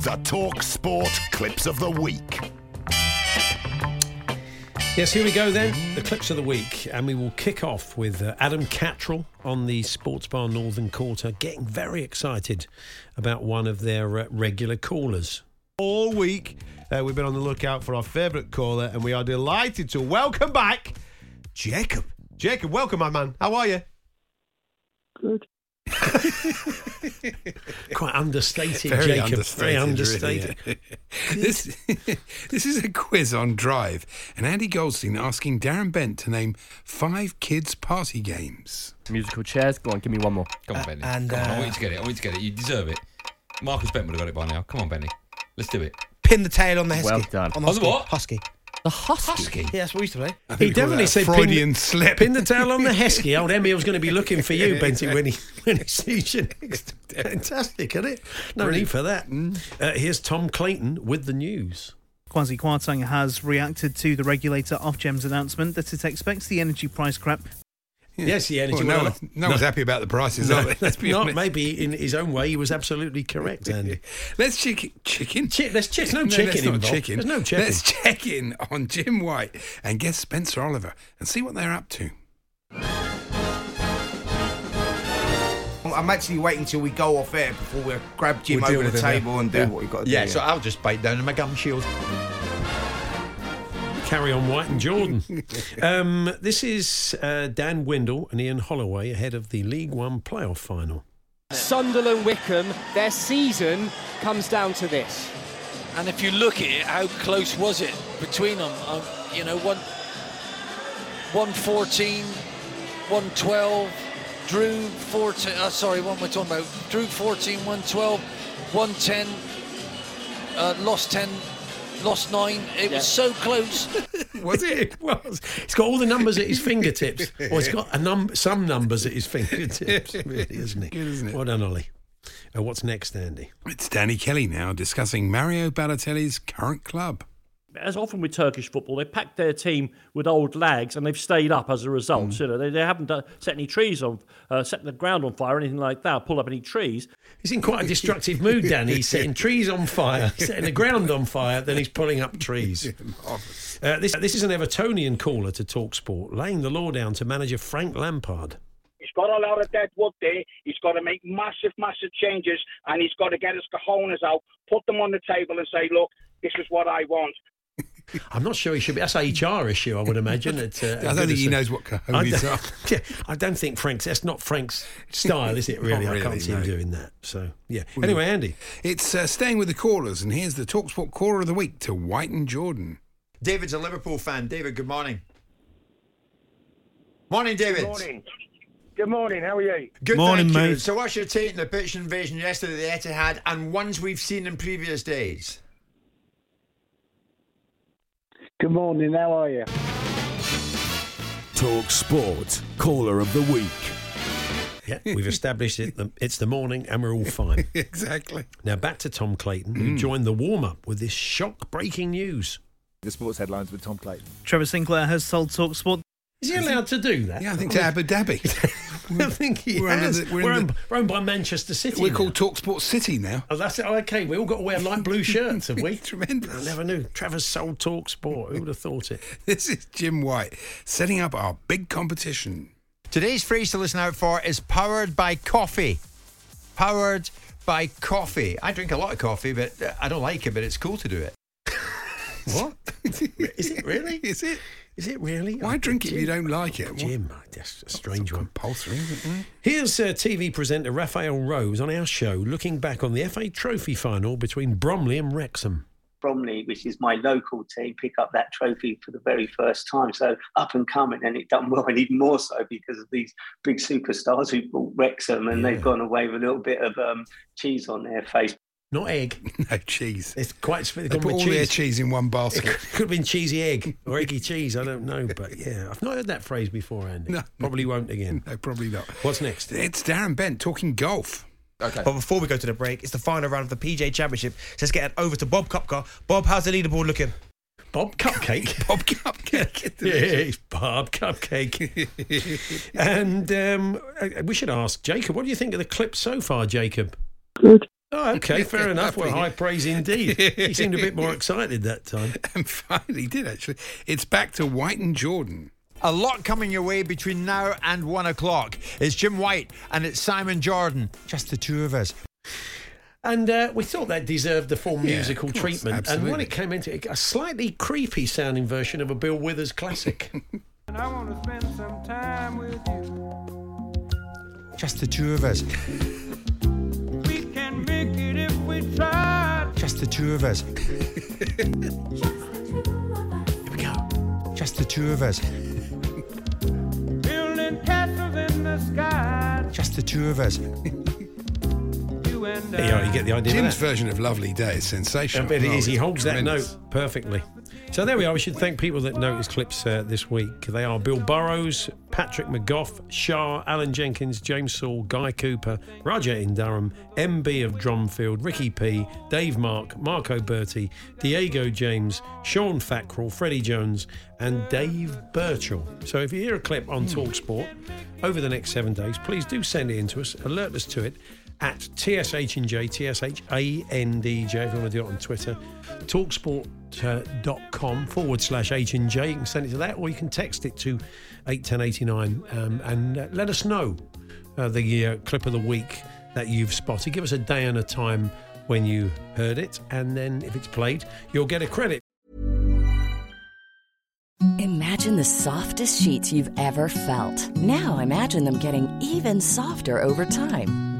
The Talk Sport Clips of the Week. Yes, here we go then. The clips of the week, and we will kick off with uh, Adam Cattrell on the Sports Bar Northern Quarter, getting very excited about one of their uh, regular callers. all week. Uh, we've been on the lookout for our favourite caller, and we are delighted to welcome back Jacob. Jacob, welcome, my man. How are you? Good. Quite understated, Very Jacob. understated. very really, understated. yeah. this, this is a quiz on Drive, and Andy Goldstein asking Darren Bent to name five kids' party games. Musical chairs. Go on, give me one more. Come on, Benny. and, Come on, uh, I want you to get it. I want you to get it. You deserve it. Marcus Bent would have got it by now. Come on, Benny. Let's do it. Pin the tail on the husky. Well done. On the On the husky. what? Husky. The husky. Husky. Yeah, that's what we used to play. I He think we call that definitely a said Freudian pin, slip. Pin the tail on the Heskey. Old Emil's going to be looking for you, Benty, when he, when he sees you next. Fantastic, isn't it? No need for that. Hmm? Uh, here's Tom Clayton with the news. Kwasi Kwarteng has reacted to the regulator Ofgem's announcement that it expects the energy price cap Yes, the energy. Well, well, no, one- no one's happy about the prices, are they? Let's be not, honest. Maybe in his own way, he was absolutely correct, Andy. Let's chicken. Chicken. Chi- there's chi- there's no that's chicken not involved. chicken. There's no chicken. Let's check in on Jim White and guest Spencer Oliver and see what they're up to. I'm actually waiting till we go off air before we grab Jim We'll deal over the with him, yeah. table and do Yeah. what we've got to Yeah, do. so I'll just bite down on my gum shield. Carry on, White and Jordan. um, this is uh, Dan Windle and Ian Holloway ahead of the League One playoff final. Sunderland Wickham, their season comes down to this. And if you look at it, how close was it between them? Um, you know, one, 114, 112, Drew 14, uh, sorry, what am I talking about? Drew 14, 112, 110, uh, lost 10, lost 9. It was so close. Was it? it was. He's got all the numbers at his fingertips. Or he's got a num- some numbers at his fingertips, really, isn't he? Good, isn't it? Well done, Ollie. Uh, what's next, Andy? It's Danny Kelly now discussing Mario Balotelli's current club. As often with Turkish football, they packed their team with old lags and they've stayed up as a result. Mm. You know, they, they haven't uh, set any trees on, uh, set the ground on fire or anything like that, pulled up any trees. He's in quite a destructive mood, Dan. He's setting trees on fire, setting the ground on fire, then he's pulling up trees. Uh, this, this is an Evertonian caller to Talk Sport, laying the law down to manager Frank Lampard. He's got a lot of deadwood there. He's got to make massive, massive changes, and he's got to get his cojones out, put them on the table, and say, "Look, this is what I want." I'm not sure he should be. That's HR issue, I would imagine. It's, uh, I don't think he knows what I cojones are. don't, yeah, I don't think Frank's. That's not Frank's style, is it? Really, I really, can't see him no. doing that. So yeah. Anyway, Andy, It's uh, staying with the callers, and here's the Talksport caller of the week to White and Jordan. David's a Liverpool fan. David, good morning. Morning, David. Good morning. How are you? Good Morning, thank you. mate. So, what's your take on the pitch invasion yesterday at the Etihad and ones we've seen in previous days? Good morning, how are you? Talk Sport Caller of the Week. yeah, we've established it. The, it's the morning, and we're all fine. Exactly. Mm. Now back to Tom Clayton, who joined the warm up with this shock breaking news. The sports headlines with Tom Clayton. Trevor Sinclair has told Talksport. Is he allowed to do that? Yeah, I think to Abu Dhabi. I think he We're under has. the- we're, we're under owned, we're owned by Manchester City. We're now. called Talksport City now. Oh, that's it. Oh, okay, we all got to wear light blue shirts, have we? Tremendous. I never knew. Trevor's sold talk sport. Who would have thought it? This is Jim White setting up our big competition. Today's phrase to listen out for is powered by coffee. Powered by coffee. I drink a lot of coffee, but uh, I don't like it, but it's cool to do it. What? is it really? Is it? Is it really? Why drink it if you don't like it? Jim, that's a strange one. Compulsory, isn't it? Here's uh, TV presenter Raphael Rose on our show looking back on the FA Trophy final between Bromley and Wrexham. Bromley, which is my local team, pick up that trophy for the very first time. So up and coming, and it done well, and even more so because of these big superstars who bought Wrexham, and they've gone away with a little bit of um, cheese on their face. Not egg. No cheese. It's quite. They put all their cheese in one basket. Could have been cheesy egg or eggy cheese. I don't know, but yeah, I've not heard that phrase before, Andy. No. probably won't again. No, probably not. What's next? It's Darren Bent talking golf. Okay. But before we go to the break, it's the final round of the PJ Championship. So let's get over to Bob Cupcar. Bob, how's the leaderboard looking? Bob Cupcake. Bob Cupcake. Yeah, it's Bob Cupcake. and um, I- we should ask Jacob, what do you think of the clip so far, Jacob? Good. Oh, okay, fair enough. Well, Happy. high praise indeed. He seemed a bit more excited that time. And finally, did actually. It's back to White and Jordan. A lot coming your way between now and one o'clock. It's Jim White and it's Simon Jordan. Just the two of us. And uh, we thought that deserved the full Yeah, musical of course, treatment. absolutely. And when it came into it, a slightly creepy sounding version of a Bill Withers classic. And I want to spend some time with you. Just the two of us. We can make it if we try. Just the two of us. Just the two of us. Building castles in the sky. Just the two of us. You and Yeah, you get the idea. Jim's of that. version of Lovely Day is sensational. I bet it Oh, is. He it's holds that tremendous. note perfectly. So there we are. We should thank people that noticed clips uh, this week. They are Bill Burrows, Patrick McGough, Shah, Alan Jenkins, James Saul, Guy Cooper, Roger in Durham, MB of Drumfield, Ricky P, Dave Mark, Marco Berti, Diego James, Sean Fackrell, Freddie Jones, and Dave Birchall. So if you hear a clip on Talksport over the next seven days, please do send it in to us, alert us to it at TSH and J, TSH ANDJ, if you want to do it on Twitter, talksport.com uh, forward slash H and J. You can send it to that or you can text it to 81089 um, and uh, let us know uh, the uh, clip of the week that you've spotted. Give us a day and a time when you heard it, and then if it's played, you'll get a credit. Imagine the softest sheets you've ever felt. Now imagine them getting even softer over time.